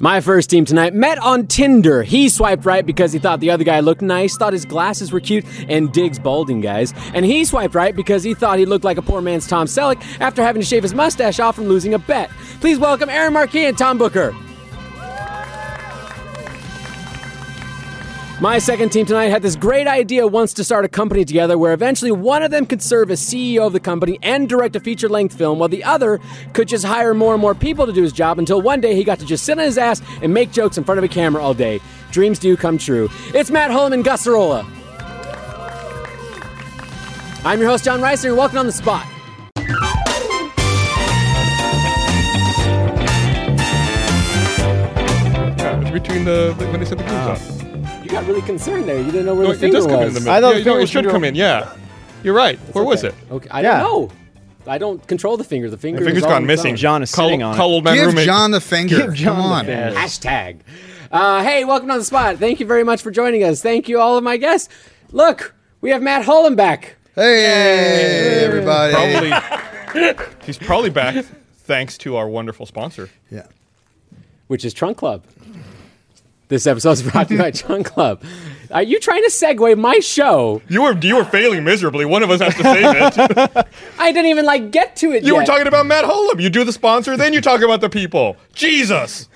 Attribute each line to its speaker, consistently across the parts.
Speaker 1: My first team tonight met on Tinder. He swiped right because he thought the other guy looked nice, thought his glasses were cute, and digs balding guys. And he swiped right because he thought he looked like a poor man's Tom Selleck after having to shave his mustache off from losing a bet. Please welcome Aaron Marquis and Tom Booker. My second team tonight had this great idea once to start a company together where eventually one of them could serve as CEO of the company and direct a feature length film while the other could just hire more and more people to do his job until one day he got to just sit on his ass and make jokes in front of a camera all day. Dreams do come true. It's Matt Holm and Gus Arola. I'm your host, John Reiser, and welcome on the spot.
Speaker 2: Yeah, between the, the when they said the
Speaker 3: Ah.
Speaker 2: clues on.
Speaker 1: You got really concerned there. You didn't know where
Speaker 2: No,
Speaker 1: the
Speaker 2: it
Speaker 1: finger
Speaker 2: does come in
Speaker 1: was.
Speaker 2: the middle.
Speaker 3: I thought
Speaker 2: yeah,
Speaker 3: the
Speaker 2: you know,
Speaker 3: finger
Speaker 2: it
Speaker 3: was
Speaker 2: should
Speaker 3: in
Speaker 2: come in. Yeah, you're right. Where was it?
Speaker 1: Okay. Okay, I
Speaker 3: Yeah.
Speaker 1: don't know. I don't control the finger. The finger.
Speaker 2: Finger's
Speaker 1: is all
Speaker 2: gone
Speaker 1: on its
Speaker 2: missing.
Speaker 1: own.
Speaker 3: John is
Speaker 2: Call,
Speaker 3: sitting on
Speaker 2: call
Speaker 3: it.
Speaker 2: old man
Speaker 4: Give
Speaker 2: roommate.
Speaker 4: John the finger.
Speaker 3: Give John
Speaker 4: Come
Speaker 3: the
Speaker 4: on.
Speaker 3: finger.
Speaker 1: Hashtag. Uh, hey, welcome on the spot. Thank you very much for joining us. Thank you, all of my guests. Look, we have Matt Holland back.
Speaker 4: Hey, everybody.
Speaker 2: Probably, he's probably back thanks to our wonderful sponsor.
Speaker 4: Yeah.
Speaker 1: which is Trunk Club. This episode is brought to you by Trunk Club. Are you trying to segue my show?
Speaker 2: You were you were failing miserably. One of us has to save it.
Speaker 1: I didn't even like get to it
Speaker 2: You
Speaker 1: yet.
Speaker 2: were talking about Matt Holum. You do the sponsor, then you talk about the people. Jesus.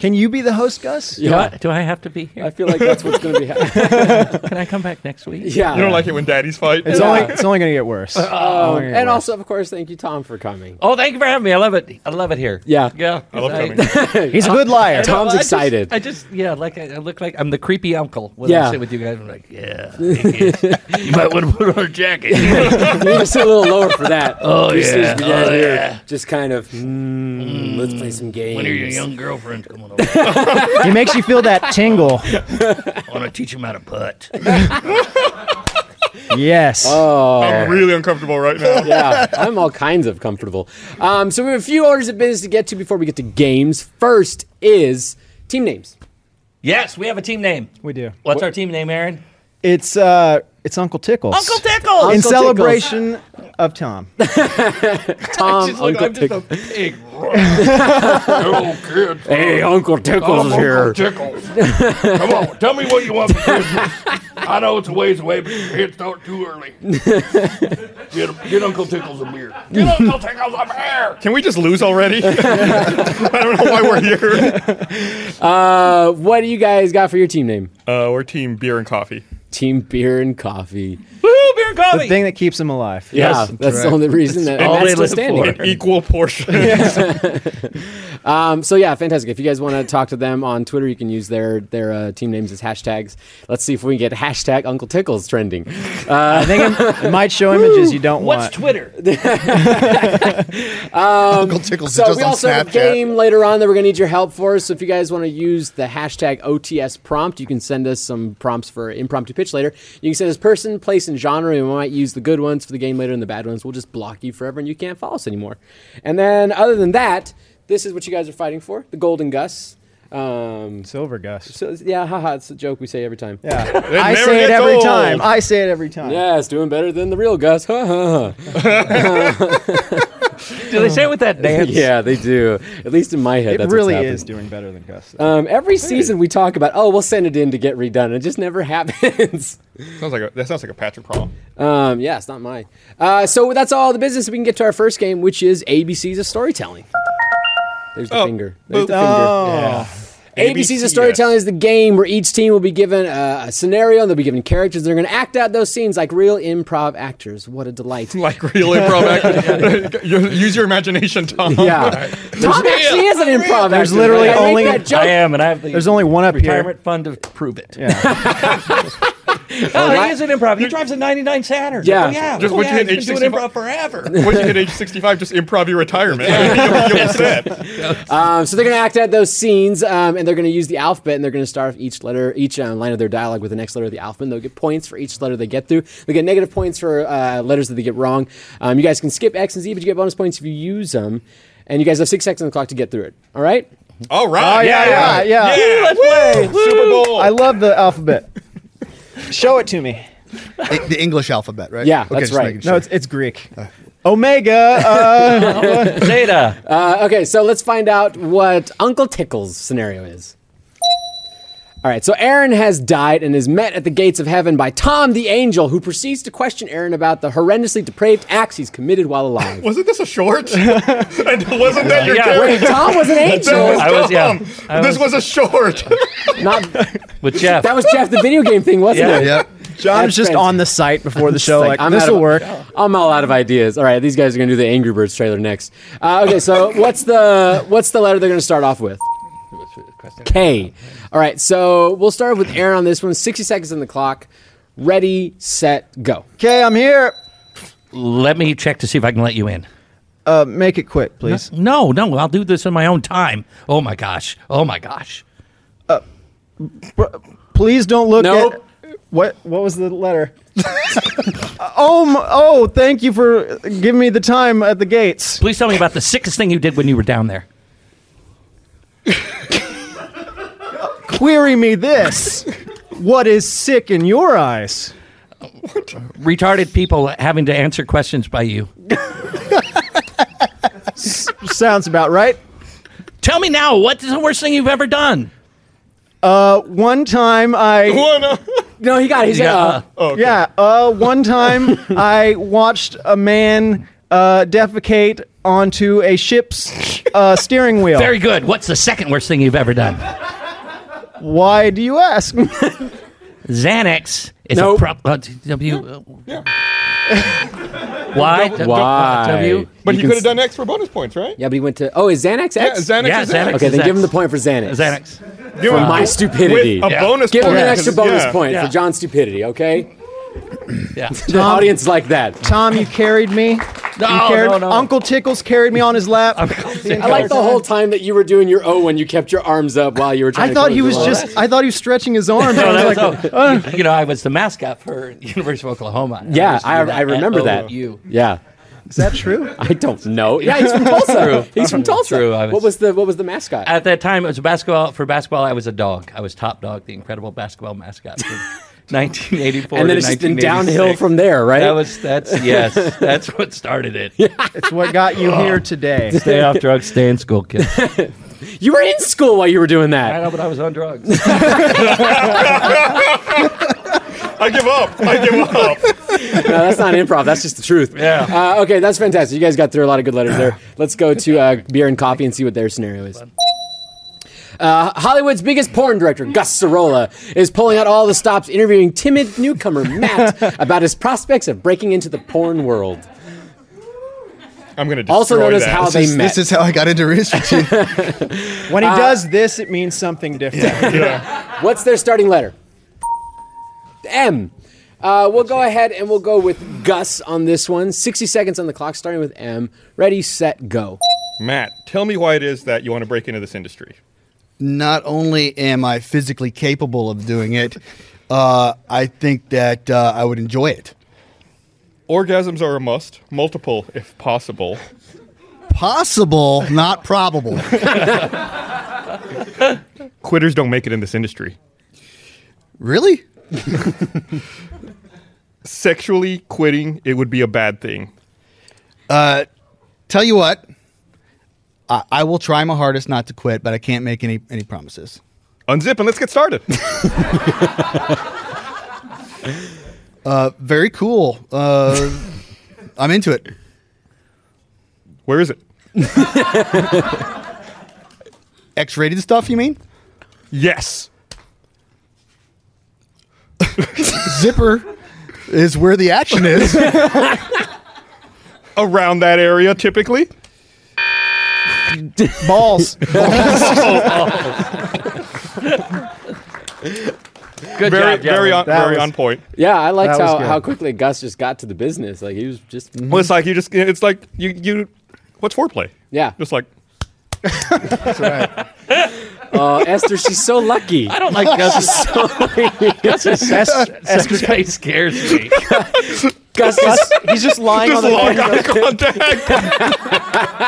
Speaker 3: Can you be the host, Gus?
Speaker 1: Yeah.
Speaker 5: Do I, do I have to be
Speaker 1: I
Speaker 5: here?
Speaker 1: feel like that's what's going to be happening.
Speaker 5: Can I come back next week?
Speaker 1: Yeah.
Speaker 2: You don't like it when daddies fight.
Speaker 3: It's
Speaker 1: Yeah.
Speaker 3: only it's only gonna get worse.
Speaker 1: um, and also, of course, thank you, Tom, for coming.
Speaker 5: Oh, thank you for having me. I love it. I love it here.
Speaker 1: Yeah.
Speaker 5: Yeah.
Speaker 2: I love coming.
Speaker 3: He's a good liar.
Speaker 1: Tom- Tom's
Speaker 5: I just-
Speaker 1: excited.
Speaker 5: I just, yeah, like I, I look like I'm the creepy uncle when
Speaker 1: Yeah.
Speaker 5: I sit with you guys. I'm like, yeah, thank you. you might want to put on a jacket.
Speaker 1: you need to sit a little lower for that.
Speaker 5: Oh,
Speaker 1: Your sisters
Speaker 5: yeah.
Speaker 1: be down
Speaker 5: Oh,
Speaker 1: here
Speaker 5: yeah.
Speaker 1: Just kind of, mm, let's play some games.
Speaker 5: When are your young girlfriends coming over?
Speaker 3: he makes you feel that tingle.
Speaker 5: I want to teach them how to putt.
Speaker 3: Yes.
Speaker 2: I'm really uncomfortable right now.
Speaker 1: yeah, I'm all kinds of comfortable. Um, so we have a few orders of business to get to before we get to games. First is team names.
Speaker 5: Yes, we have a team name.
Speaker 3: we do.
Speaker 5: What's our team name, Aaron?
Speaker 3: It's uh, it's Uncle Tickles.
Speaker 5: Uncle Tickles.
Speaker 3: In
Speaker 1: Uncle
Speaker 3: celebration of Tom.
Speaker 1: Tom, Um, Uncle
Speaker 5: I'm just
Speaker 1: Tickle.
Speaker 5: a pig.
Speaker 1: Hey, Uncle Tickles is here.
Speaker 6: Tickles. Come on, tell me what you want for Christmas. I know it's a ways away, but your head start too early. Get, get Uncle Tickles a beer. Get Uncle Tickles a beer.
Speaker 2: Can we just lose already? I don't know why we're here.
Speaker 1: Uh, what do you guys got for your team name?
Speaker 2: Uh, we're team beer and coffee.
Speaker 1: Team Beer and Coffee.
Speaker 5: Woo, beer and coffee.
Speaker 3: The thing that keeps him alive.
Speaker 1: Yeah, that's the
Speaker 4: correct.
Speaker 1: only reason that and
Speaker 5: all
Speaker 1: that's
Speaker 5: they
Speaker 1: still standing.
Speaker 5: live for.
Speaker 2: Equal portion.
Speaker 1: Um, so yeah, fantastic. If you guys want to talk to them on Twitter, you can use their their uh, team names as hashtags. Let's see if we can get hashtag Uncle Tickles trending.
Speaker 3: I think it, it might show images you don't
Speaker 5: What's
Speaker 3: want.
Speaker 5: Twitter?
Speaker 4: Uncle Tickles
Speaker 1: Um, So
Speaker 4: just
Speaker 1: we
Speaker 4: on
Speaker 1: also have a
Speaker 4: Snapchat.
Speaker 1: game later on that we're going to need your help for. So if you guys want to use the hashtag OTS prompt, you can send us some prompts for impromptu pitch later. You can send us person, place, and genre, and we might use the good ones for the game later, and the bad ones will just block you forever, and you can't follow us anymore. And then other than that, this is what you guys are fighting for: the Golden Gus. Um,
Speaker 3: Silver Gus.
Speaker 1: so yeah, haha, it's a joke we say every time.
Speaker 3: Yeah.
Speaker 2: It
Speaker 3: I
Speaker 2: never
Speaker 3: say it
Speaker 2: gets
Speaker 3: every
Speaker 2: old.
Speaker 3: time. I say it every time.
Speaker 1: Yeah, it's doing better than the real Gus. Ha ha ha.
Speaker 5: Do they say it with that dance?
Speaker 1: Yeah, they do. At least in my head,
Speaker 3: It
Speaker 1: that's what's
Speaker 3: really
Speaker 1: happening.
Speaker 3: is doing better than Gus.
Speaker 1: Um, every season we talk about, oh, we'll send it in to get redone. It just never happens.
Speaker 2: sounds like a, that sounds like a Patrick problem.
Speaker 1: um, yeah, it's not mine. Uh, so that's all the business. We can get to our first game, which is ABC's of storytelling. There's the
Speaker 2: Oh,
Speaker 1: finger. There's the
Speaker 3: oh.
Speaker 1: finger. ABC's of storytelling is the game where each team will be given a, a scenario, and they'll be given characters. They're going to act out those scenes like real improv actors. What a delight!
Speaker 2: Like real improv actor. You- Use your imagination, Tom.
Speaker 1: Yeah, Tom actually is an improv
Speaker 3: There's
Speaker 1: actor.
Speaker 3: literally
Speaker 1: I make
Speaker 3: only-
Speaker 1: that joke.
Speaker 5: I am, and I have the
Speaker 3: There's only one up
Speaker 5: retirement
Speaker 3: here.
Speaker 5: fund to prove it.
Speaker 3: Yeah.
Speaker 5: Oh,
Speaker 1: right.
Speaker 5: he is an improv. He drives a 99 Saturn.
Speaker 1: Yeah.
Speaker 5: Oh, yeah.
Speaker 2: Just
Speaker 5: oh,
Speaker 2: what you
Speaker 5: yeah. He's
Speaker 2: hit
Speaker 5: been
Speaker 2: age
Speaker 5: doing
Speaker 2: 65.
Speaker 5: improv forever.
Speaker 2: Once you hit age 65, just improv your retirement. I mean, you'll, you'll be set.
Speaker 1: Um, so they're going to act out those scenes, um, and they're going to use the alphabet, and they're going to start off each letter, each um, line of their dialogue with the next letter of the alphabet. And they'll get points for each letter they get through. They get negative points for uh, letters that they get wrong. Um, you guys can skip X and Z, but you get bonus points if you use them. And you guys have six seconds on the clock to get through it. All right.
Speaker 2: All right.
Speaker 3: Oh, yeah, yeah, yeah.
Speaker 2: Let's play. Super Bowl.
Speaker 3: I love the alphabet. Show it to me.
Speaker 4: The, the English alphabet, right?
Speaker 1: Yeah,
Speaker 4: okay,
Speaker 1: that's
Speaker 4: just
Speaker 1: right.
Speaker 4: making
Speaker 3: No,
Speaker 4: sure.
Speaker 3: it's, it's Greek. Omega. Uh,
Speaker 5: Zeta.
Speaker 1: Uh, okay, so let's find out what Uncle Tickle's scenario is. All right, so Aaron has died and is met at the gates of heaven by Tom the angel, who proceeds to question Aaron about the horrendously depraved acts he's committed while alive.
Speaker 2: Wasn't this a short? and wasn't that your
Speaker 5: Yeah,
Speaker 2: character?
Speaker 1: Wait, Tom was an
Speaker 2: That was
Speaker 1: angel.
Speaker 5: I was- yeah,
Speaker 2: dumb.
Speaker 5: I
Speaker 2: this was, a short.
Speaker 1: Not,
Speaker 5: With Jeff.
Speaker 1: that was Jeff the video game thing, wasn't
Speaker 5: Yeah.
Speaker 1: it?
Speaker 4: Yep.
Speaker 3: John was just
Speaker 1: That's
Speaker 3: on the site before the show,
Speaker 1: It's
Speaker 3: like,
Speaker 1: I'm
Speaker 3: this
Speaker 1: out
Speaker 3: will
Speaker 1: of-
Speaker 3: work.
Speaker 1: I'm all out of ideas. All right, these guys are gonna do the Angry Birds trailer next. Uh, okay, so what's the what's the letter they're gonna start off with? K. All right, so we'll start with Aaron on this one. 60 seconds on the clock. Ready, set, go.
Speaker 3: Okay, I'm here.
Speaker 5: Let me check to see if I can let you in.
Speaker 3: Uh, make it quick, please.
Speaker 5: No, no, I'll do this in my own time. Oh my gosh. Oh my gosh.
Speaker 3: Please don't look
Speaker 1: Nope.
Speaker 3: at what what was the letter? oh, my, oh, thank you for giving me the time at the gates.
Speaker 5: Please tell me about the sickest thing you did when you were down there.
Speaker 3: Query me this. what is sick in your eyes?
Speaker 5: Retarded people having to answer questions by you.
Speaker 3: Sounds about right.
Speaker 5: Tell me now, what's the worst thing you've ever done?
Speaker 3: One time I
Speaker 2: One, uh,
Speaker 1: No, Oh, he got it. He's
Speaker 5: Yeah.
Speaker 1: got, uh,
Speaker 3: yeah, uh one time I watched a man uh defecate onto a ship's uh steering wheel.
Speaker 5: Very good. What's the second worst thing you've ever done?
Speaker 3: Why do you ask?
Speaker 5: Xanax is
Speaker 1: Nope.
Speaker 5: a prop. Uh, w. uh, Why? uh,
Speaker 1: Why?
Speaker 5: W.
Speaker 2: but
Speaker 1: You
Speaker 2: he
Speaker 1: can
Speaker 2: could
Speaker 1: s-
Speaker 2: have done extra bonus points, right?
Speaker 1: Yeah, but he went to. Oh, is Xanax X?
Speaker 2: Yeah, Xanax
Speaker 5: Yeah,
Speaker 2: is
Speaker 5: Xanax.
Speaker 2: X.
Speaker 1: Okay, then
Speaker 5: Xanax.
Speaker 1: give him the point for Xanax.
Speaker 5: Xanax.
Speaker 2: Give him
Speaker 1: My
Speaker 2: a-
Speaker 1: stupidity.
Speaker 2: With a
Speaker 5: Yeah.
Speaker 2: bonus
Speaker 1: Give him
Speaker 2: point.
Speaker 1: an extra bonus
Speaker 2: yeah.
Speaker 1: point
Speaker 5: Yeah.
Speaker 1: for John's stupidity, okay?
Speaker 5: Yeah.
Speaker 1: The audience like that.
Speaker 3: Tom, you carried me. You
Speaker 5: No,
Speaker 3: carried-
Speaker 5: no, no.
Speaker 3: Uncle Tickles carried me on his lap.
Speaker 1: I like the whole time that you were doing your O when you kept your arms up while you were trying
Speaker 3: I
Speaker 1: to
Speaker 3: thought
Speaker 1: close
Speaker 3: he
Speaker 1: the
Speaker 3: was
Speaker 1: line.
Speaker 3: just. I thought he was stretching his arms.
Speaker 5: No,
Speaker 3: I was
Speaker 5: that was,
Speaker 3: like,
Speaker 5: oh, you- you know, I was the mascot for University of Oklahoma.
Speaker 1: Uh. Yeah,
Speaker 5: used to
Speaker 1: I-
Speaker 5: do
Speaker 1: I remember
Speaker 5: at
Speaker 1: that.
Speaker 5: OU.
Speaker 1: Yeah.
Speaker 3: is that true?
Speaker 1: I don't know. Yeah, he's from Tulsa. He's from Tulsa.
Speaker 5: True, I was-
Speaker 1: What was the what was the mascot?
Speaker 5: At that time, it was basketball. For basketball, I was a dog. I was top dog, the incredible basketball mascot. From 1984.
Speaker 1: and then
Speaker 5: to
Speaker 1: it's just been downhill
Speaker 5: 1986.
Speaker 1: from there, right?
Speaker 5: That was that's yes, that's what started it.
Speaker 3: It's what got you
Speaker 5: Oh.
Speaker 3: here today.
Speaker 5: Stay off drugs, stay in school, kid.
Speaker 1: you were in school while you were doing
Speaker 5: I
Speaker 1: that.
Speaker 5: know, but I was on drugs.
Speaker 2: I give up. I give up.
Speaker 1: No, that's not improv. That's just the truth.
Speaker 5: Yeah.
Speaker 1: Uh, okay, that's fantastic. You guys got through a lot of good letters there. Let's go to uh, beer and coffee and see what their scenario is. Uh, Hollywood's biggest porn director, Gus Sorolla, is pulling out all the stops interviewing timid newcomer Matt about his prospects of breaking into the porn world.
Speaker 2: I'm gonna destroy
Speaker 1: Also known as
Speaker 2: that.
Speaker 1: how they
Speaker 4: This,
Speaker 1: met.
Speaker 4: this is how I got into research.
Speaker 3: When
Speaker 5: Uh,
Speaker 3: he does this, it means something different.
Speaker 1: What's their starting letter? M. Uh, we'll go ahead and we'll go with Gus on this one. 60 seconds on the clock, starting with M. Ready, set, go.
Speaker 2: Matt, tell me why it is that you want to break into this industry.
Speaker 4: Not only am I physically capable of doing it, uh, I think that uh, I would enjoy it.
Speaker 2: Orgasms are a must, multiple if possible.
Speaker 4: Possible, not probable.
Speaker 2: Quitters don't make it in this industry.
Speaker 4: Really?
Speaker 2: Sexually quitting, it would be a bad thing.
Speaker 4: Tell you what, I, I will try my hardest not to quit, but I can't make any any promises.
Speaker 2: Unzip and let's get started.
Speaker 4: Very cool. Uh, I'm into it.
Speaker 2: Where is it?
Speaker 4: X-rated stuff, you mean?
Speaker 2: Yes.
Speaker 4: Zipper is where the action is.
Speaker 2: Around that area, typically.
Speaker 3: Balls.
Speaker 5: Good
Speaker 2: Very, very,
Speaker 5: job, gentlemen.
Speaker 2: on,
Speaker 3: That
Speaker 2: very
Speaker 3: was-
Speaker 2: on point.
Speaker 1: Yeah, I liked
Speaker 3: That was
Speaker 1: how,
Speaker 3: good.
Speaker 1: how quickly Gus just got to the business. Like, he was just.
Speaker 2: Well, it's like you just, it's like you, you, what's foreplay?
Speaker 1: Yeah.
Speaker 2: Just like,
Speaker 1: Oh, Esther, she's so lucky.
Speaker 5: I don't like Gus's Gus's Esther's face scares me.
Speaker 1: Gus just.
Speaker 3: He's just lying
Speaker 2: just
Speaker 3: on the
Speaker 2: long eye contact.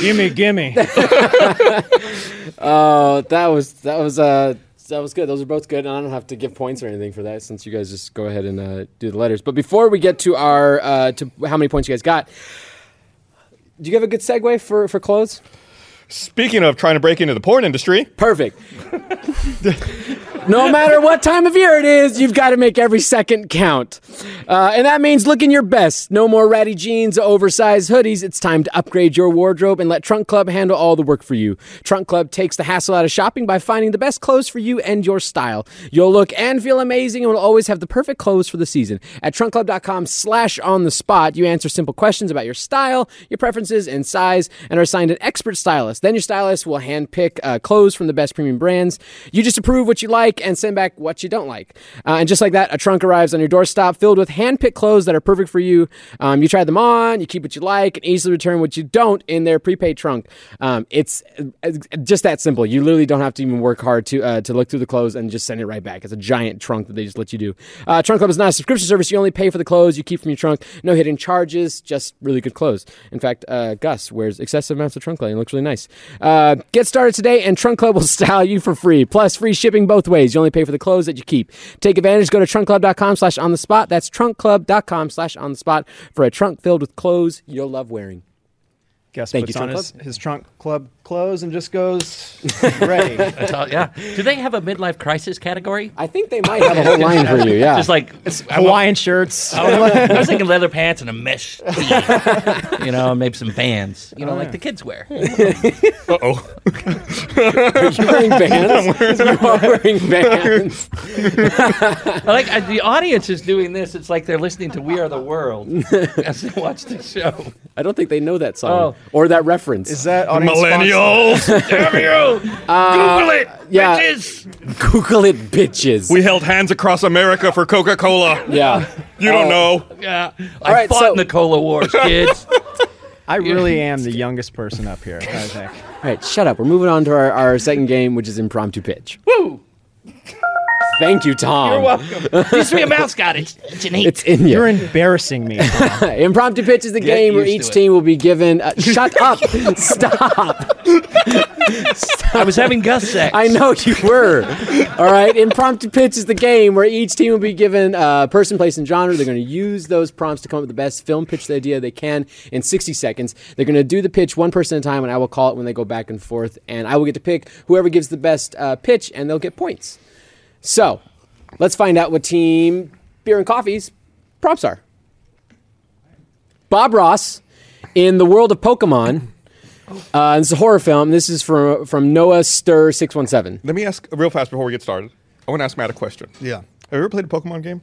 Speaker 3: Gimme, gimme.
Speaker 1: Oh, that was. That was. Uh, that was good. Those are both good, and I don't have to give points or anything for that since you guys just go ahead and uh, do the letters. But before we get to our uh, to how many points you guys got, do you have a good segue for for clothes?
Speaker 2: Speaking of trying to break into the porn industry,
Speaker 1: Perfect. no matter what time of year it is, you've got to make every second count. Uh, and that means looking your best. No more ratty jeans, oversized hoodies. It's time to upgrade your wardrobe and let Trunk Club handle all the work for you. Trunk Club takes the hassle out of shopping by finding the best clothes for you and your style. You'll look and feel amazing and will always have the perfect clothes for the season. At trunkclub.com slash on the spot, you answer simple questions about your style, your preferences, and size, and are assigned an expert stylist. Then your stylist will handpick uh, clothes from the best premium brands. You just approve what you like and send back what you don't like. Uh, and just like that, a trunk arrives on your doorstep filled with handpicked clothes that are perfect for you. Um, you try them on, you keep what you like, and easily return what you don't in their prepaid trunk. Um, it's uh, just that simple. You literally don't have to even work hard to uh, to look through the clothes and just send it right back. It's a giant trunk that they just let you do. Uh, trunk Club is not a subscription service. You only pay for the clothes you keep from your trunk. No hidden charges, just really good clothes. In fact, uh, Gus wears excessive amounts of trunk clothing. It looks really nice. Uh, get started today, and Trunk Club will style you for free. Plus, free shipping both ways. You only pay for the clothes that you keep. Take advantage. Go to trunkclub.com slash on the spot. That's trunkclub.com slash on the spot for a trunk filled with clothes you'll love wearing.
Speaker 3: Guess
Speaker 1: Thank
Speaker 3: puts
Speaker 1: you,
Speaker 3: on
Speaker 1: Trunk
Speaker 3: his,
Speaker 1: Club.
Speaker 3: his trunk club clothes and just goes ready.
Speaker 5: That's all- Uh, yeah. Do they have a midlife crisis category?
Speaker 1: I think they might have a whole line for you. Yeah.
Speaker 5: Just like
Speaker 3: Hawaiian shirts.
Speaker 5: I was thinking leather pants and a mesh, tee. you know, maybe some bands, you know, like the kids wear.
Speaker 2: uh oh,
Speaker 1: wearing bands. you are wearing bands.
Speaker 5: I like I, the audience is doing this. It's like they're listening to We Are the World as they watch the show.
Speaker 1: I don't think they know that song
Speaker 5: Oh.
Speaker 1: or that reference.
Speaker 3: Is that audience
Speaker 2: millennials! Damn you! Google it,
Speaker 1: Uh, yeah.
Speaker 2: bitches!
Speaker 1: Google it, bitches.
Speaker 2: We held hands across America for Coca-Cola.
Speaker 1: yeah.
Speaker 2: You don't know.
Speaker 5: Yeah, I
Speaker 1: All right,
Speaker 5: fought
Speaker 1: so-
Speaker 5: in the Cola Wars, kids.
Speaker 3: sponsored? I really am the youngest person up here. I think.
Speaker 1: All right, shut up. We're moving on to our, our second game, which is impromptu pitch.
Speaker 5: Woo!
Speaker 1: Thank you, Tom. You're welcome.
Speaker 5: Gives me a mouse got it. It's an eight.
Speaker 1: It's in you.
Speaker 3: You're embarrassing me. Tom.
Speaker 1: impromptu pitch is the game where
Speaker 5: used
Speaker 1: each
Speaker 5: to it.
Speaker 1: team will be given. Uh, shut up. Stop.
Speaker 5: I was having Gus sex.
Speaker 1: I know you were. All right. Impromptu pitch is the game where each team will be given uh, person, place, and genre. They're going to use those prompts to come up with the best film pitch the idea they can in 60 seconds. They're going to do the pitch one person at a time, and I will call it when they go back and forth. And I will get to pick whoever gives the best uh, pitch, and they'll get points. So let's find out what team Beer and Coffee's prompts are. Bob Ross in the world of Pokemon. Uh, it's a horror film. This is from from Noah Stir six one seven.
Speaker 2: Let me ask real fast before we get started. I want to ask Matt a question.
Speaker 4: Yeah.
Speaker 2: Have you ever played a Pokemon game?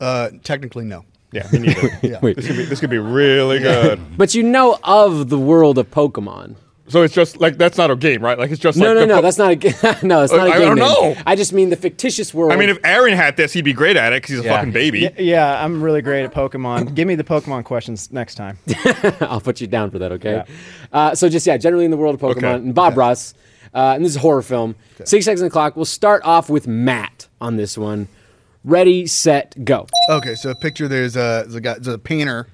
Speaker 4: Uh, technically, no.
Speaker 2: Yeah, me neither.
Speaker 4: Yeah.
Speaker 1: Wait.
Speaker 2: This could be this could be really good.
Speaker 1: But you know of the world of Pokemon.
Speaker 2: So it's just like that's not a game, right? Like it's just
Speaker 1: No,
Speaker 2: like
Speaker 1: no,
Speaker 2: the
Speaker 1: no.
Speaker 2: po-
Speaker 1: that's not a g- no. It's not a
Speaker 2: I
Speaker 1: game.
Speaker 2: don't
Speaker 1: name.
Speaker 2: know.
Speaker 1: I just mean the fictitious world.
Speaker 2: I mean, if Aaron had this, he'd be great at it because he's a
Speaker 5: Yeah.
Speaker 2: fucking baby.
Speaker 3: Y- yeah, I'm really great at Pokemon. Give me the Pokemon questions next time.
Speaker 1: I'll put you down for that. Okay.
Speaker 3: Yeah.
Speaker 1: Uh, so just yeah, generally in the world of Pokemon
Speaker 2: Okay.
Speaker 1: and Bob Ross, uh, and this is a horror film. Six seconds on the clock. We'll start off with Matt on this one. Ready, set, go.
Speaker 4: Okay, so picture there's a there's a, guy, there's a painter,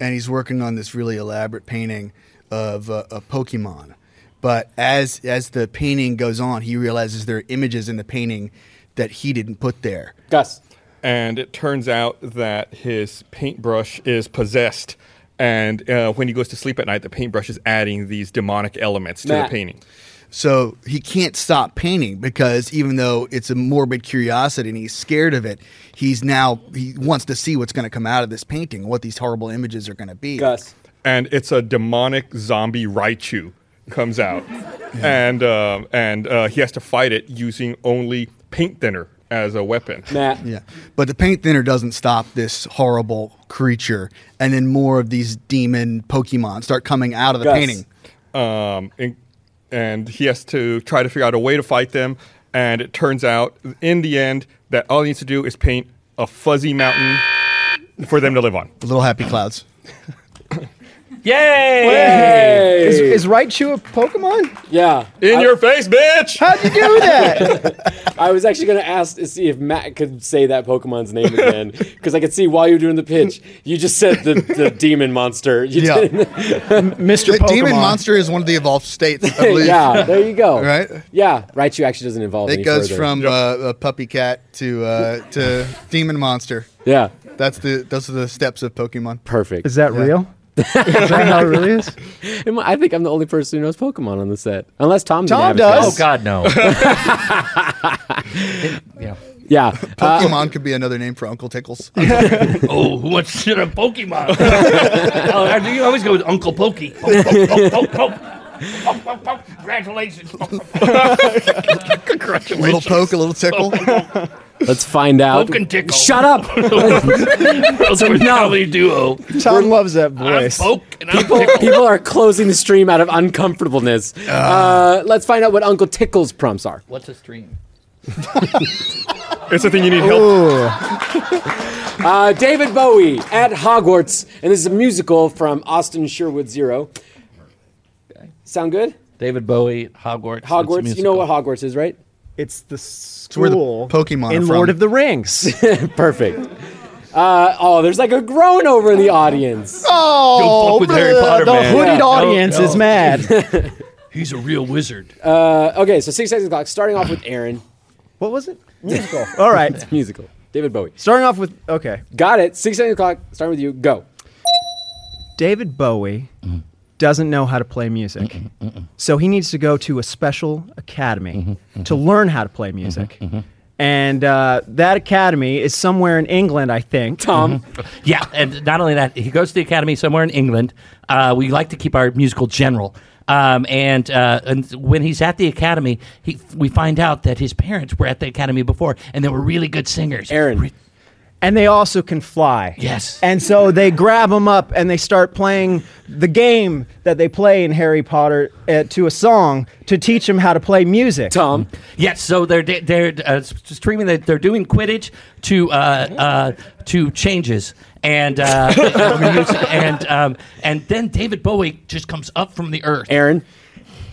Speaker 4: and he's working on this really elaborate painting of uh, a Pokemon. But as as the painting goes on, he realizes there are images in the painting that he didn't put there.
Speaker 1: Gus.
Speaker 2: And it turns out that his paintbrush is possessed, and uh, when he goes to sleep at night, the paintbrush is adding these demonic elements to
Speaker 1: Matt.
Speaker 2: the painting.
Speaker 4: So he can't stop painting because even though it's a morbid curiosity and he's scared of it, he's now he wants to see what's going to come out of this painting, what these horrible images are going to be.
Speaker 1: Gus.
Speaker 2: and it's a demonic zombie Raichu comes out, and um, and uh, he has to fight it using only paint thinner as a weapon.
Speaker 1: Matt.
Speaker 4: Yeah. But the paint thinner doesn't stop this horrible creature, and then more of these demon Pokemon start coming out of the
Speaker 1: Gus.
Speaker 4: painting.
Speaker 2: Um, and, and he has to try to figure out a way to fight them. And it turns out, in the end, that all he needs to do is paint a fuzzy mountain for them to live on.
Speaker 4: Little happy clouds.
Speaker 5: Yay!
Speaker 1: Hey.
Speaker 3: Is, is Raichu a Pokemon?
Speaker 1: yeah.
Speaker 2: In
Speaker 1: I-
Speaker 2: your face, bitch!
Speaker 3: How'd you do that?
Speaker 1: I was actually going to ask to see if Matt could say that Pokemon's name again because I could see while you were doing the pitch, you just said the, the demon monster. You
Speaker 4: Yeah.
Speaker 1: didn't-
Speaker 3: Mr.
Speaker 4: The
Speaker 3: Pokemon.
Speaker 4: demon monster is one of the evolved states, I believe.
Speaker 1: yeah, there you go.
Speaker 4: Right?
Speaker 1: Yeah, Raichu actually doesn't evolve.
Speaker 4: It
Speaker 1: any
Speaker 4: goes
Speaker 1: further.
Speaker 4: from uh, a puppy cat to uh, to demon monster.
Speaker 1: yeah,
Speaker 4: That's the those are the steps of Pokemon.
Speaker 1: perfect.
Speaker 3: Is that real? is that how it really is?
Speaker 1: Am I I think I'm the only person who knows Pokemon on the set, unless Tom. didn't
Speaker 3: Tom
Speaker 1: have a
Speaker 3: does.
Speaker 5: Oh
Speaker 1: guess.
Speaker 5: God, no. yeah.
Speaker 1: Yeah. Uh,
Speaker 4: Pokemon could be another name for Uncle Tickles.
Speaker 6: Oh, who wants to sit on Pokemon? oh, I- you always go with Uncle Pokey. Poke, poke, poke, poke, poke. Poke, poke, poke. Congratulations. Poke, poke, poke.
Speaker 4: little
Speaker 6: Congratulations.
Speaker 4: poke, a little tickle.
Speaker 1: let's find out.
Speaker 6: Poke and tickle.
Speaker 1: Shut up.
Speaker 6: Those were comedy duo.
Speaker 3: Tom loves that
Speaker 6: I'm
Speaker 3: voice.
Speaker 6: oh. Poke and I'm
Speaker 1: People,
Speaker 6: Tickle.
Speaker 1: people are closing the stream out of uncomfortableness. Uh, let's find out what Uncle Tickle's prompts are.
Speaker 5: What's a stream?
Speaker 2: It's the thing you need help.
Speaker 1: Uh, David Bowie at Hogwarts, and this is a musical from Austin Sherwood Zero. Sound good?
Speaker 5: David Bowie, Hogwarts. it's a
Speaker 1: Hogwarts. You know
Speaker 5: musical.
Speaker 1: what Hogwarts is, right?
Speaker 3: It's the
Speaker 4: where the
Speaker 3: school
Speaker 4: Pokemon are
Speaker 3: in
Speaker 4: from.
Speaker 3: Lord of the Rings.
Speaker 1: Perfect. Uh, oh, there's like a groan over in the audience.
Speaker 6: fuck
Speaker 3: oh,
Speaker 6: with Harry Potter,
Speaker 3: the
Speaker 6: man.
Speaker 3: hooded
Speaker 1: Yeah.
Speaker 3: audience
Speaker 6: No,
Speaker 3: is
Speaker 6: no.
Speaker 3: mad.
Speaker 6: He's a real wizard.
Speaker 1: Uh, okay, so six seconds clock. Starting off with Aaron.
Speaker 3: what was it? Musical. All right.
Speaker 1: Musical. David Bowie.
Speaker 3: Starting off with okay.
Speaker 1: Got it. Six seconds clock. Starting with you. Go.
Speaker 3: David Bowie doesn't know how to play music. So he needs to go to a special academy to learn how to play music. And uh, that academy is somewhere in England, I think.
Speaker 1: Tom.
Speaker 5: Yeah, and not only that, he goes to the academy somewhere in England. Uh, we like to keep our musical general. Um, and uh, and when he's at the academy, he, we find out that his parents were at the academy before, and they were really good singers.
Speaker 1: Aaron.
Speaker 5: Re-
Speaker 3: And they also can fly.
Speaker 5: Yes.
Speaker 3: And so they grab him up and they start playing the game that they play in Harry Potter uh, to a song to teach him how to play music.
Speaker 1: Tom.
Speaker 5: Yes, so they're they're uh, s- streaming. They're, they're doing Quidditch to uh, uh, to changes and uh, and um, and then David Bowie just comes up from the earth.
Speaker 1: Aaron.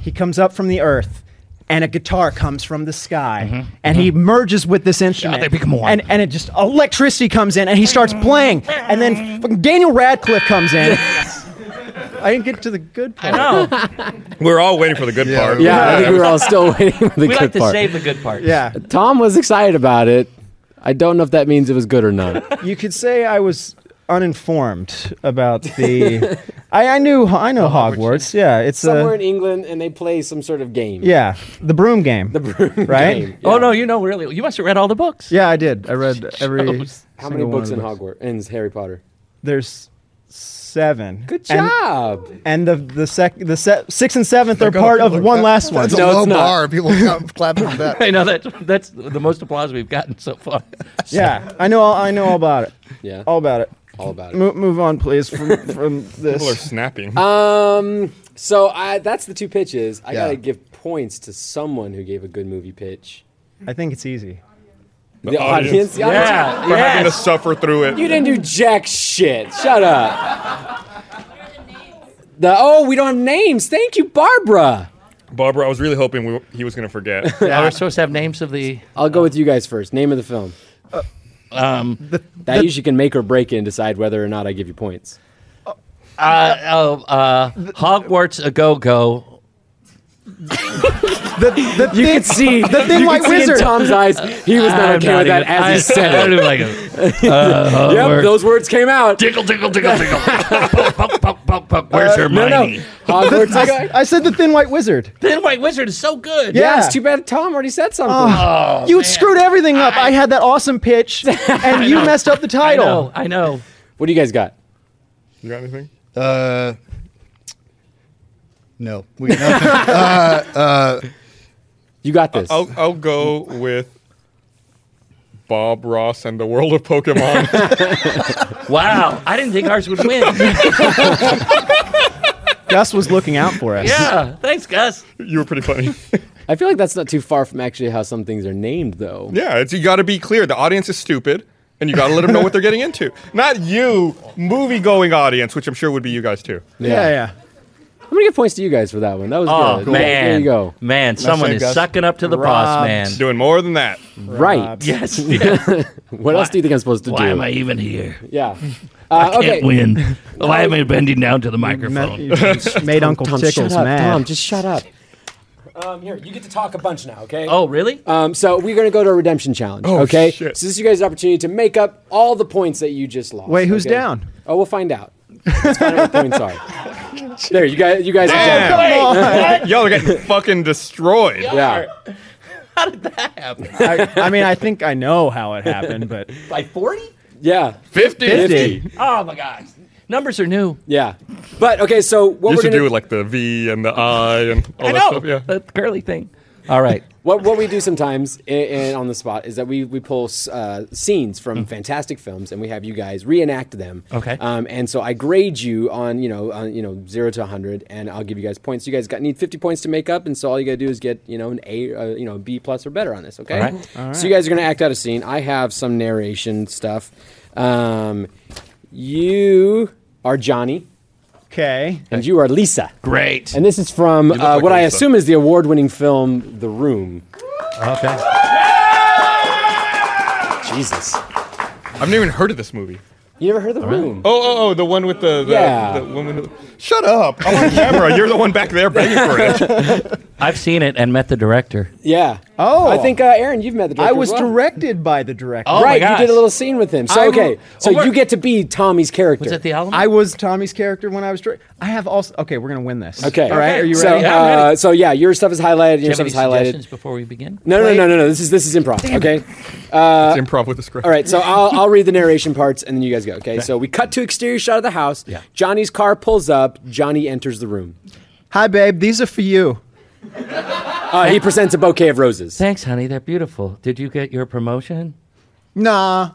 Speaker 3: He comes up from the earth, and a guitar comes from the sky, and he merges with this instrument.
Speaker 5: they become one.
Speaker 3: And, and it just electricity comes in, and he starts playing. And then fucking Daniel Radcliffe comes in. I didn't get to the good part.
Speaker 5: No,
Speaker 2: We're all waiting for the good
Speaker 4: Yeah,
Speaker 2: part.
Speaker 4: we-
Speaker 1: Yeah, I think we were all still waiting for the
Speaker 5: we
Speaker 1: good
Speaker 5: like to
Speaker 1: part.
Speaker 5: save the good part.
Speaker 3: Yeah,
Speaker 1: Tom was excited about it. I don't know if that means it was good or not.
Speaker 3: you could say I was uninformed about the. I, I knew I know Hogwarts. Yeah, it's
Speaker 1: Somewhere
Speaker 3: a
Speaker 1: in England, and they play some sort of game.
Speaker 3: yeah the broom game. The broom right?
Speaker 1: Game.
Speaker 5: Oh no, you know really. You must have read all the books.
Speaker 3: Yeah, I did. I read every.
Speaker 1: How many books in
Speaker 3: Hogwarts?
Speaker 1: Hogwarts? In Harry Potter.
Speaker 3: There's seven.
Speaker 1: Good
Speaker 3: And-
Speaker 1: job.
Speaker 3: and the the sec the se- sixth and seventh are part of one last one.
Speaker 4: That's a
Speaker 1: No, it's
Speaker 4: low
Speaker 1: not.
Speaker 4: bar. People clap- clapping for that.
Speaker 5: I know that that's the most applause we've gotten so far.
Speaker 3: Yeah, I know all, I know all about it.
Speaker 1: Yeah.
Speaker 3: All about it.
Speaker 1: All about it.
Speaker 3: Mo- move on, please, from from
Speaker 2: People are
Speaker 3: this.
Speaker 2: snapping.
Speaker 1: Um. So I, that's the two pitches. I
Speaker 4: Yeah.
Speaker 1: gotta give points to someone who gave a good movie pitch.
Speaker 3: I think it's easy.
Speaker 1: The,
Speaker 2: audience.
Speaker 1: audience. The audience.
Speaker 5: Yeah,
Speaker 2: We're having to
Speaker 5: yes.
Speaker 2: suffer through it.
Speaker 1: You didn't do jack shit. Shut up. The oh, we don't have names. Thank you, Barbara.
Speaker 2: Barbara, I was really hoping we, he was going to forget.
Speaker 5: Are we supposed to have names of the?
Speaker 1: I'll go with you guys first. Name of the film. Uh, Um, that usually can make or break it and decide whether or not I give you points.
Speaker 5: Uh, oh, uh, Hogwarts a go go.
Speaker 3: The, the
Speaker 1: You
Speaker 3: thing,
Speaker 1: could see
Speaker 3: the thin
Speaker 1: you
Speaker 3: white
Speaker 1: could see
Speaker 3: wizard.
Speaker 1: in Tom's eyes. He was not okay with that as he said it.
Speaker 5: Uh,
Speaker 1: Yep, those words came out.
Speaker 6: Tickle, tickle, tickle, tickle. poke, poke, poke, poke, poke. Where's
Speaker 1: Uh, No, no.
Speaker 6: Hermione?
Speaker 1: Hogwarts.
Speaker 3: I, I said the thin white wizard.
Speaker 5: Thin White Wizard is so good.
Speaker 1: Yeah,
Speaker 3: Yeah.
Speaker 1: it's too bad Tom already said something. Oh,
Speaker 3: you screwed everything up. I, had that awesome pitch, and you messed up the
Speaker 5: I
Speaker 3: title.
Speaker 5: know. I know.
Speaker 1: What do you guys got?
Speaker 2: You got anything?
Speaker 4: Uh, no, we got nothing.
Speaker 1: You got this.
Speaker 2: I'll, I'll go with Bob Ross and the World of Pokemon.
Speaker 5: Wow, I didn't think ours would win.
Speaker 3: Gus was looking out for us.
Speaker 5: yeah, thanks, Gus.
Speaker 2: you were pretty funny.
Speaker 1: I feel like that's not too far from actually how some things are named, though.
Speaker 2: yeah, it's, you got to be clear. The audience is stupid, and you got to let them know what they're getting into. Not you, movie going audience, which I'm sure would be you guys too.
Speaker 3: yeah, yeah.
Speaker 1: gonna give points to you guys for that one. That was
Speaker 5: Oh
Speaker 1: good. Yeah,
Speaker 5: man,
Speaker 1: there you go.
Speaker 5: man, someone
Speaker 4: shot,
Speaker 5: is
Speaker 4: Gus.
Speaker 5: sucking up to the boss,
Speaker 3: Robbed.
Speaker 5: man.
Speaker 2: Doing more than that.
Speaker 1: Right.
Speaker 5: Yes. yeah.
Speaker 1: What else do you think I'm supposed to
Speaker 5: Why
Speaker 1: do?
Speaker 5: am I even here?
Speaker 1: yeah. Uh,
Speaker 5: I
Speaker 1: okay.
Speaker 5: can't win. Why am I bending down to the microphone?
Speaker 3: Met- made Uncle
Speaker 1: Tom, shut
Speaker 3: Tickles
Speaker 1: up.
Speaker 3: mad.
Speaker 1: Tom, just shut up. Um, here, you get to talk a bunch now, okay?
Speaker 5: Oh, really?
Speaker 1: Um, so we're going to go to a redemption challenge.
Speaker 2: Oh,
Speaker 1: okay.
Speaker 2: shit.
Speaker 1: So this is you guys' opportunity to make up all the points that you just lost.
Speaker 3: Wait, who's
Speaker 1: okay?
Speaker 3: down?
Speaker 1: Oh, we'll find out. Let's find out what points are. There, you guys. You guys are down.
Speaker 2: Damn. Y'all are getting fucking destroyed.
Speaker 1: Yeah.
Speaker 5: How did that happen?
Speaker 3: I, I mean, I think I know how it happened, but
Speaker 5: By forty?
Speaker 1: Yeah.
Speaker 2: 50.
Speaker 3: fifty.
Speaker 5: Oh my gosh, numbers are new.
Speaker 1: Yeah. But okay, so what
Speaker 2: You
Speaker 1: we're
Speaker 2: should
Speaker 1: gonna
Speaker 2: do like the V and the I and all
Speaker 5: I
Speaker 2: that
Speaker 5: know
Speaker 2: stuff. Yeah.
Speaker 5: the curly thing. All right.
Speaker 1: What, what we do sometimes i in, on the spot is that we, we pull uh, scenes from fantastic films and we have you guys reenact them.
Speaker 5: Hmm. Okay.
Speaker 1: Um, and so I grade you on you know on, you know zero to hundred, and I'll give you guys points. You guys got need fifty points to make up, and so all you got to do is get you know an A, uh, you know B plus or better on this. Okay.
Speaker 5: All right.
Speaker 1: So you guys are gonna act out a scene. I have some narration stuff. Um, you are Johnny,
Speaker 3: Okay.
Speaker 1: and you are Lisa.
Speaker 5: Great.
Speaker 1: And this is from uh,
Speaker 2: look like
Speaker 1: what I
Speaker 2: Lisa.
Speaker 1: assume is the award-winning film The Room.
Speaker 5: Oh, okay.
Speaker 1: Jesus.
Speaker 2: I've never even heard of this movie.
Speaker 1: You never heard of The Room?
Speaker 2: Oh, oh, oh, the one with the, the,
Speaker 1: Yeah.
Speaker 2: the woman. Who, shut up. I'm on camera. You're the one back there begging for it.
Speaker 5: I've seen it and met the director.
Speaker 1: Yeah.
Speaker 3: Oh.
Speaker 1: I think uh, Aaron, you've met the director.
Speaker 3: I
Speaker 1: as
Speaker 3: was
Speaker 1: well.
Speaker 3: directed by the director.
Speaker 5: Oh my
Speaker 1: right, you
Speaker 5: gosh.
Speaker 1: did a little scene with him. So
Speaker 3: I'm-
Speaker 1: okay, so
Speaker 3: oh, we're-
Speaker 1: you get to be Tommy's character.
Speaker 5: Was it the Alamo?
Speaker 3: I was Tommy's character when I was directed. I have also. Okay, we're gonna win this.
Speaker 1: Okay.
Speaker 3: All right. Are you
Speaker 1: so,
Speaker 3: ready?
Speaker 5: Yeah, I'm
Speaker 1: uh,
Speaker 5: ready.
Speaker 1: So yeah, your stuff is highlighted. Your
Speaker 5: Do you have
Speaker 1: stuff
Speaker 5: any
Speaker 1: is highlighted.
Speaker 5: suggestions before we begin?
Speaker 1: No, no, no, no, no. This is this is improv. Okay.
Speaker 2: it's improv with a script.
Speaker 1: All right. So I'll I'll read the narration parts and then you guys go. Okay. So we cut to exterior shot of the house.
Speaker 5: Yeah.
Speaker 1: Johnny's car pulls up. Johnny enters the room.
Speaker 3: Hi, babe. These are for you.
Speaker 1: Uh, he presents a bouquet of roses.
Speaker 5: Thanks, honey. They're beautiful. Did you get your promotion?
Speaker 3: Nah.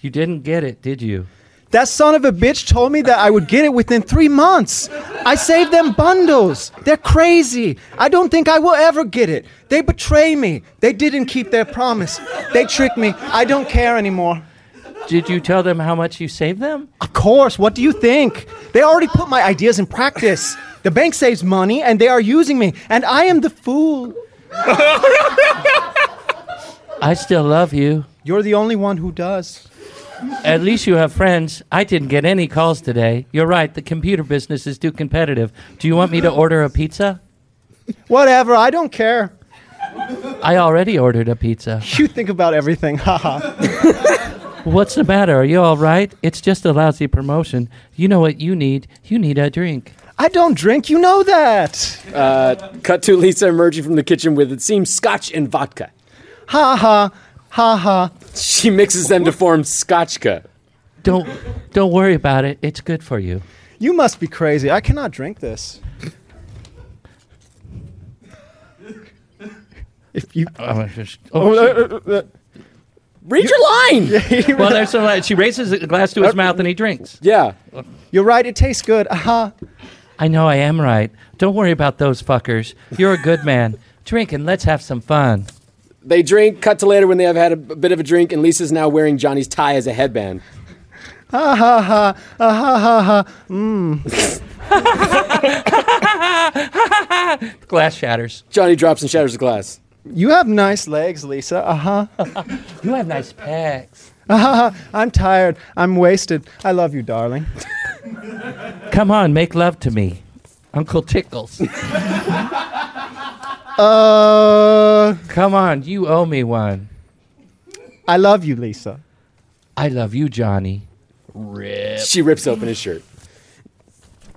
Speaker 5: You didn't get it, did you?
Speaker 3: That son of a bitch told me that I would get it within three months. I saved them bundles. They're crazy. I don't think I will ever get it. They betray me. They didn't keep their promise. They tricked me. I don't care anymore.
Speaker 5: Did you tell them how much you saved them?
Speaker 3: Of course, what do you think? They already put my ideas in practice. The bank saves money and they are using me, and I am the fool.
Speaker 5: I still love you.
Speaker 3: You're the only one who does.
Speaker 5: At least you have friends. I didn't get any calls today. You're right. The computer business is too competitive. Do you want me to order a pizza?
Speaker 3: Whatever, I don't care.
Speaker 5: I already ordered a pizza.
Speaker 3: You think about everything, haha.
Speaker 5: What's the matter? Are you all right? It's just a lousy promotion. You know what you need? You need a drink.
Speaker 3: I don't drink, you know that.
Speaker 1: Cut to Lisa emerging from the kitchen with it seems scotch and vodka.
Speaker 3: Ha ha, ha ha.
Speaker 1: She mixes them to form scotchka.
Speaker 5: Don't don't worry about it. It's good for you.
Speaker 3: You must be crazy. I cannot drink this. If you
Speaker 5: Oh,
Speaker 1: Read your line.
Speaker 5: well, there's some, like, she raises the glass to his mouth and he drinks.
Speaker 1: Yeah.
Speaker 3: You're right, it tastes good. Aha.
Speaker 5: I know I am right. Don't worry about those fuckers. You're a good man. Drink and let's have some fun.
Speaker 1: They drink. Cut to later when they have had a b- bit of a drink, and Lisa's now wearing Johnny's tie as a headband.
Speaker 5: Glass shatters.
Speaker 1: Johnny drops and shatters the glass.
Speaker 3: You have nice legs, Lisa. Aha.
Speaker 5: You have nice pecs.
Speaker 3: I'm tired. I'm wasted. I love you, darling.
Speaker 5: Come on, make love to me. Uncle Tickles.
Speaker 3: Uh,
Speaker 5: Come on, you owe me one.
Speaker 3: I love you, Lisa.
Speaker 5: I love you, Johnny. Rip.
Speaker 1: She rips open his shirt.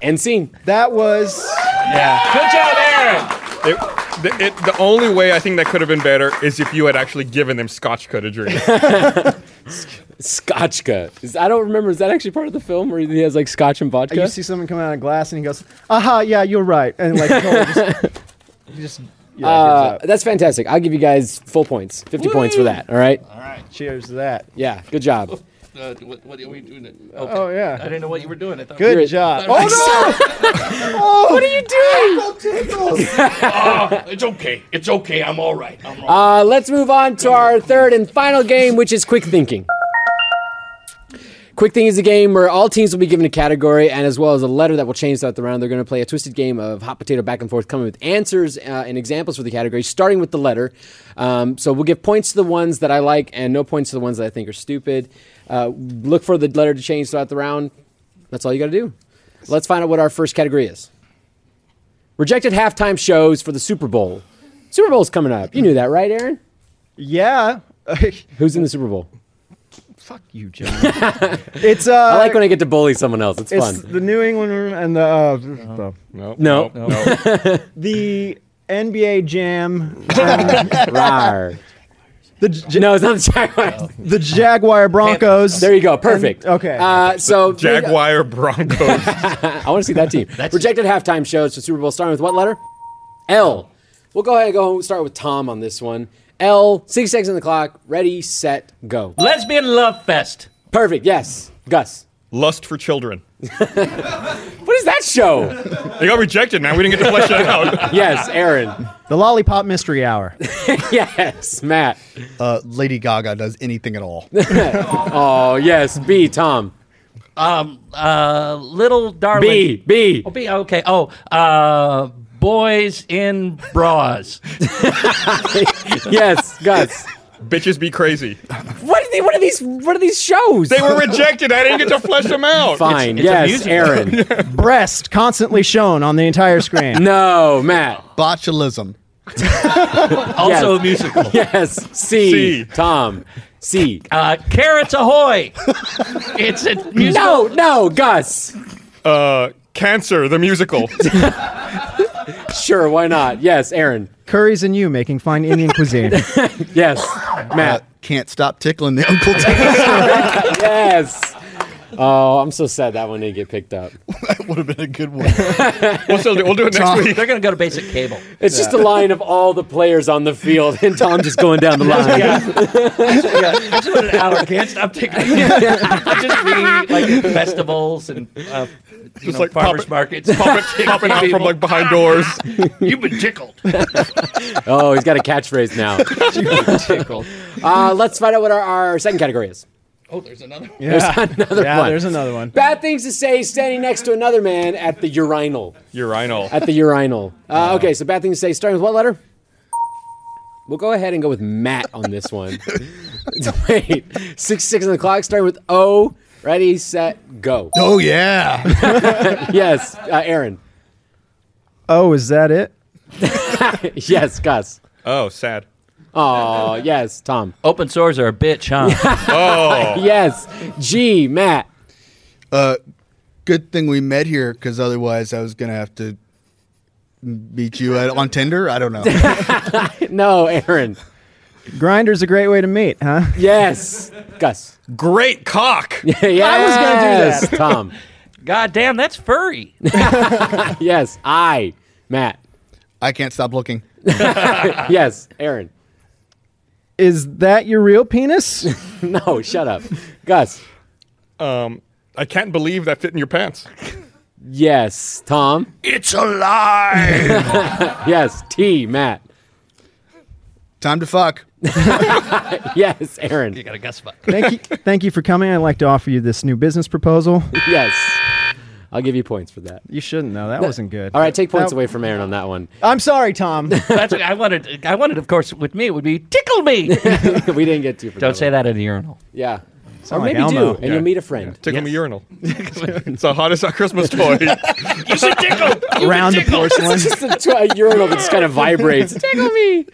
Speaker 1: End scene.
Speaker 3: That was.
Speaker 5: Good job, Aaron.
Speaker 2: It, the, it, the only way I think that could have been better is if you had actually given them Scotchka to drink.
Speaker 1: Scotchka. Is- I don't remember. Is that actually part of the film where he has like scotch and vodka?
Speaker 3: You see someone come out of glass, and he goes, "Aha, yeah, you're right," and like totally just, he just yeah,
Speaker 1: Uh,
Speaker 3: gives up.
Speaker 1: that's fantastic. I'll give you guys full points, fifty points for that. All right.
Speaker 3: Cheers to that.
Speaker 1: Yeah. Good job.
Speaker 5: Uh, what, what are we doing? Okay.
Speaker 3: Oh yeah,
Speaker 5: didn't know what you were doing. I thought
Speaker 3: good
Speaker 1: You're-
Speaker 3: job. Oh no! oh, what are you doing?
Speaker 6: It's okay. It's okay. I'm all right. I'm all right.
Speaker 1: Uh, let's move on to our third and final game, which is quick thinking. Quick Thing is a game where all teams will be given a category and as well as a letter that will change throughout the round. They're going to play a twisted game of hot potato back and forth, coming with answers uh, and examples for the category, starting with the letter. Um, so we'll give points to the ones that I like and no points to the ones that I think are stupid. Uh, look for the letter to change throughout the round. That's all you got to do. Let's find out what our first category is. Rejected halftime shows for the Super Bowl. Super Bowl's coming up. You knew that, right, Aaron?
Speaker 3: Yeah.
Speaker 1: Who's in the Super Bowl?
Speaker 3: Fuck you, John. it's uh,
Speaker 1: I like when I get to bully someone else. It's,
Speaker 3: it's
Speaker 1: fun.
Speaker 3: the New England room and the uh, the,
Speaker 1: No.
Speaker 2: No. No. no.
Speaker 3: the NBA Jam,
Speaker 1: Rawr.
Speaker 3: the J-
Speaker 1: no, it's not the Jaguars.
Speaker 3: the Jaguar Broncos.
Speaker 1: There you go. Perfect.
Speaker 3: Okay.
Speaker 1: Uh, so
Speaker 2: Jaguar Broncos.
Speaker 1: I want to see that team. Rejected halftime shows for Super Bowl starting with what letter? L. We'll go ahead and go start with Tom on this one. L. Six seconds on the clock. Ready, set, go.
Speaker 5: Lesbian love fest.
Speaker 1: Perfect. Yes. Gus.
Speaker 2: Lust for children.
Speaker 1: What is that show?
Speaker 2: They got rejected, man. We didn't get to flesh that out.
Speaker 1: yes, Aaron.
Speaker 3: the Lollipop Mystery Hour.
Speaker 1: Yes, Matt.
Speaker 4: Uh, Lady Gaga does anything at all.
Speaker 1: Oh yes, B. Tom.
Speaker 5: Uh, little darling.
Speaker 1: B. B.
Speaker 5: Oh, B. Okay. Oh, uh, boys in bras.
Speaker 1: Yes, Gus.
Speaker 2: Bitches be crazy.
Speaker 1: What are, they, what are these? What are these shows?
Speaker 2: They were rejected. I didn't get to flesh them out.
Speaker 1: Fine.
Speaker 5: it's a
Speaker 1: yes,
Speaker 5: musical.
Speaker 1: Aaron.
Speaker 3: Breast constantly shown on the entire screen.
Speaker 1: No, Matt.
Speaker 4: Botulism.
Speaker 5: also a musical.
Speaker 1: Yes, C.
Speaker 2: C.
Speaker 1: Tom. C.
Speaker 5: Uh, carrots ahoy. it's a musical.
Speaker 1: No, no, Gus.
Speaker 2: Uh, Cancer, the musical.
Speaker 1: Sure, why not? Yes, Aaron.
Speaker 3: Curry's and you making fine Indian cuisine.
Speaker 1: Yes,
Speaker 4: Uh,
Speaker 1: Matt.
Speaker 4: can't stop tickling the Uncle Tom.
Speaker 1: Yes. Oh, I'm so sad that one didn't get picked up.
Speaker 4: that would have been a good one.
Speaker 2: We'll, still do, we'll do it next week.
Speaker 5: They're going to go to basic cable.
Speaker 1: It's just a line of all the players on the field and Tom just going down the line.
Speaker 5: Yeah, I just want an hour. Can't stop taking. I just read like festivals and uh, you know,
Speaker 2: like
Speaker 5: farmers
Speaker 2: puppet-
Speaker 5: markets.
Speaker 2: Popping, popping out from like behind doors.
Speaker 6: You've been tickled.
Speaker 1: Oh, he's got a catchphrase now.
Speaker 5: Tickled.
Speaker 1: Uh, let's find out what our, our second category is.
Speaker 5: Oh, there's another. one.
Speaker 3: yeah,
Speaker 1: Another
Speaker 3: yeah
Speaker 1: one.
Speaker 3: there's another one.
Speaker 1: Bad things to say standing next to another man at the urinal.
Speaker 2: Urinal.
Speaker 1: At the urinal. Uh, okay, so bad things to say starting with what letter? We'll go ahead and go with Matt on this one. Wait, six six on the clock starting with O. Ready, set, go.
Speaker 4: Oh yeah.
Speaker 1: Yes, uh, Aaron.
Speaker 3: Oh, is that it?
Speaker 1: Yes, Gus.
Speaker 2: Oh, sad.
Speaker 1: Oh, yes, Tom.
Speaker 5: Open source are a bitch, huh?
Speaker 2: Oh,
Speaker 1: Yes, G, Matt.
Speaker 4: Uh, good thing we met here because otherwise I was gonna have to meet you at, on Tinder. I don't know.
Speaker 1: No, Aaron.
Speaker 3: Grinder's a great way to meet, huh?
Speaker 1: Yes, Gus.
Speaker 2: great cock.
Speaker 1: Yes,
Speaker 3: I
Speaker 1: was going to do that. Tom.
Speaker 5: God damn, that's furry.
Speaker 1: Yes, I, Matt.
Speaker 4: I can't stop looking.
Speaker 1: Yes, Aaron.
Speaker 3: Is that your real penis?
Speaker 1: No, shut up. Gus.
Speaker 2: Um, I can't believe that fit in your pants.
Speaker 1: Yes, Tom.
Speaker 6: It's alive.
Speaker 1: Yes, T, Matt.
Speaker 4: Time to fuck.
Speaker 1: Yes, Aaron.
Speaker 5: You got a Gus fuck.
Speaker 3: Thank you, thank you for coming. I'd like to offer you this new business proposal.
Speaker 1: Yes. I'll give you points for that.
Speaker 3: You shouldn't know. That wasn't good.
Speaker 1: All right, take points
Speaker 3: That-
Speaker 1: away from Aaron on that one.
Speaker 3: I'm sorry, Tom.
Speaker 5: That's what I wanted. I wanted, of course, with me it would be tickle me.
Speaker 1: we didn't get to. For
Speaker 5: Don't say
Speaker 1: one.
Speaker 5: that at a urinal.
Speaker 1: Yeah. Or
Speaker 3: Sound like
Speaker 1: maybe do,
Speaker 3: Elmo.
Speaker 1: and you'll meet a friend.
Speaker 2: Tickle me urinal. it's the hottest Christmas toy.
Speaker 6: you should tickle.
Speaker 3: Round of porcelain.
Speaker 1: It's just a, tw- a urinal that just kind of vibrates. Tickle me.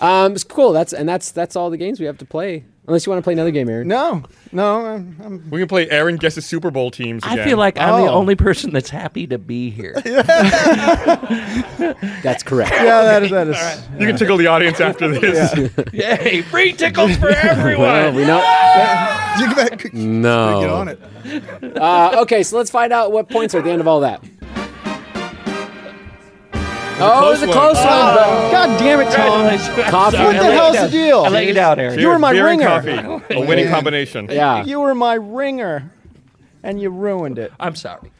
Speaker 1: Um, it's cool. That's and that's that's all the games we have to play. Unless you want to play another game, Aaron.
Speaker 3: No, no. I'm, I'm,
Speaker 2: we can play Aaron guesses Super Bowl teams again.
Speaker 5: I feel like I'm the
Speaker 3: Oh.
Speaker 5: only person that's happy to be here.
Speaker 1: That's correct.
Speaker 3: yeah, that is that is.
Speaker 2: you can tickle the audience after this.
Speaker 5: Yay, free tickles for
Speaker 1: Well,
Speaker 5: everyone.
Speaker 1: Oh, we know.
Speaker 4: You can back- get on
Speaker 1: No.
Speaker 4: it.
Speaker 1: Uh, okay, so let's find out what points are at the end of all that. Oh, it was a close one. but-
Speaker 3: God damn it, Tom.
Speaker 1: Coffee.
Speaker 5: Sorry,
Speaker 1: What
Speaker 5: I
Speaker 1: the
Speaker 5: let
Speaker 1: hell's
Speaker 5: you
Speaker 1: the
Speaker 5: down.
Speaker 3: deal?
Speaker 5: I let you down, Aaron.
Speaker 3: You were my
Speaker 2: Beer and
Speaker 3: ringer.
Speaker 2: coffee, a winning combination.
Speaker 1: Yeah.
Speaker 3: You were my ringer, and you ruined it.
Speaker 5: I'm sorry.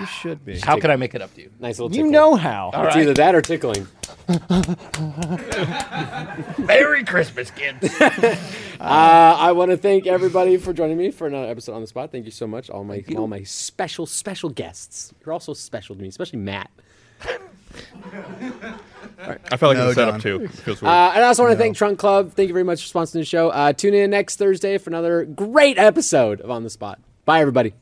Speaker 3: You should be.
Speaker 5: How can I make it up to you?
Speaker 1: Nice little.
Speaker 3: You
Speaker 1: tickle.
Speaker 3: know how.
Speaker 1: It's
Speaker 5: right.
Speaker 1: either that or tickling.
Speaker 6: Merry Christmas, kids.
Speaker 1: Uh, I want to thank everybody for joining me for another episode on the spot. Thank you so much, all my all my special special guests. You're also special to me, especially Matt.
Speaker 2: I felt like it
Speaker 4: No,
Speaker 2: was set up
Speaker 4: John.
Speaker 2: too. It feels weird.
Speaker 1: Uh, and I also want to thank Trunk Club. Thank you very much for sponsoring the show. Uh, tune in next Thursday for another great episode of On the Spot. Bye, everybody.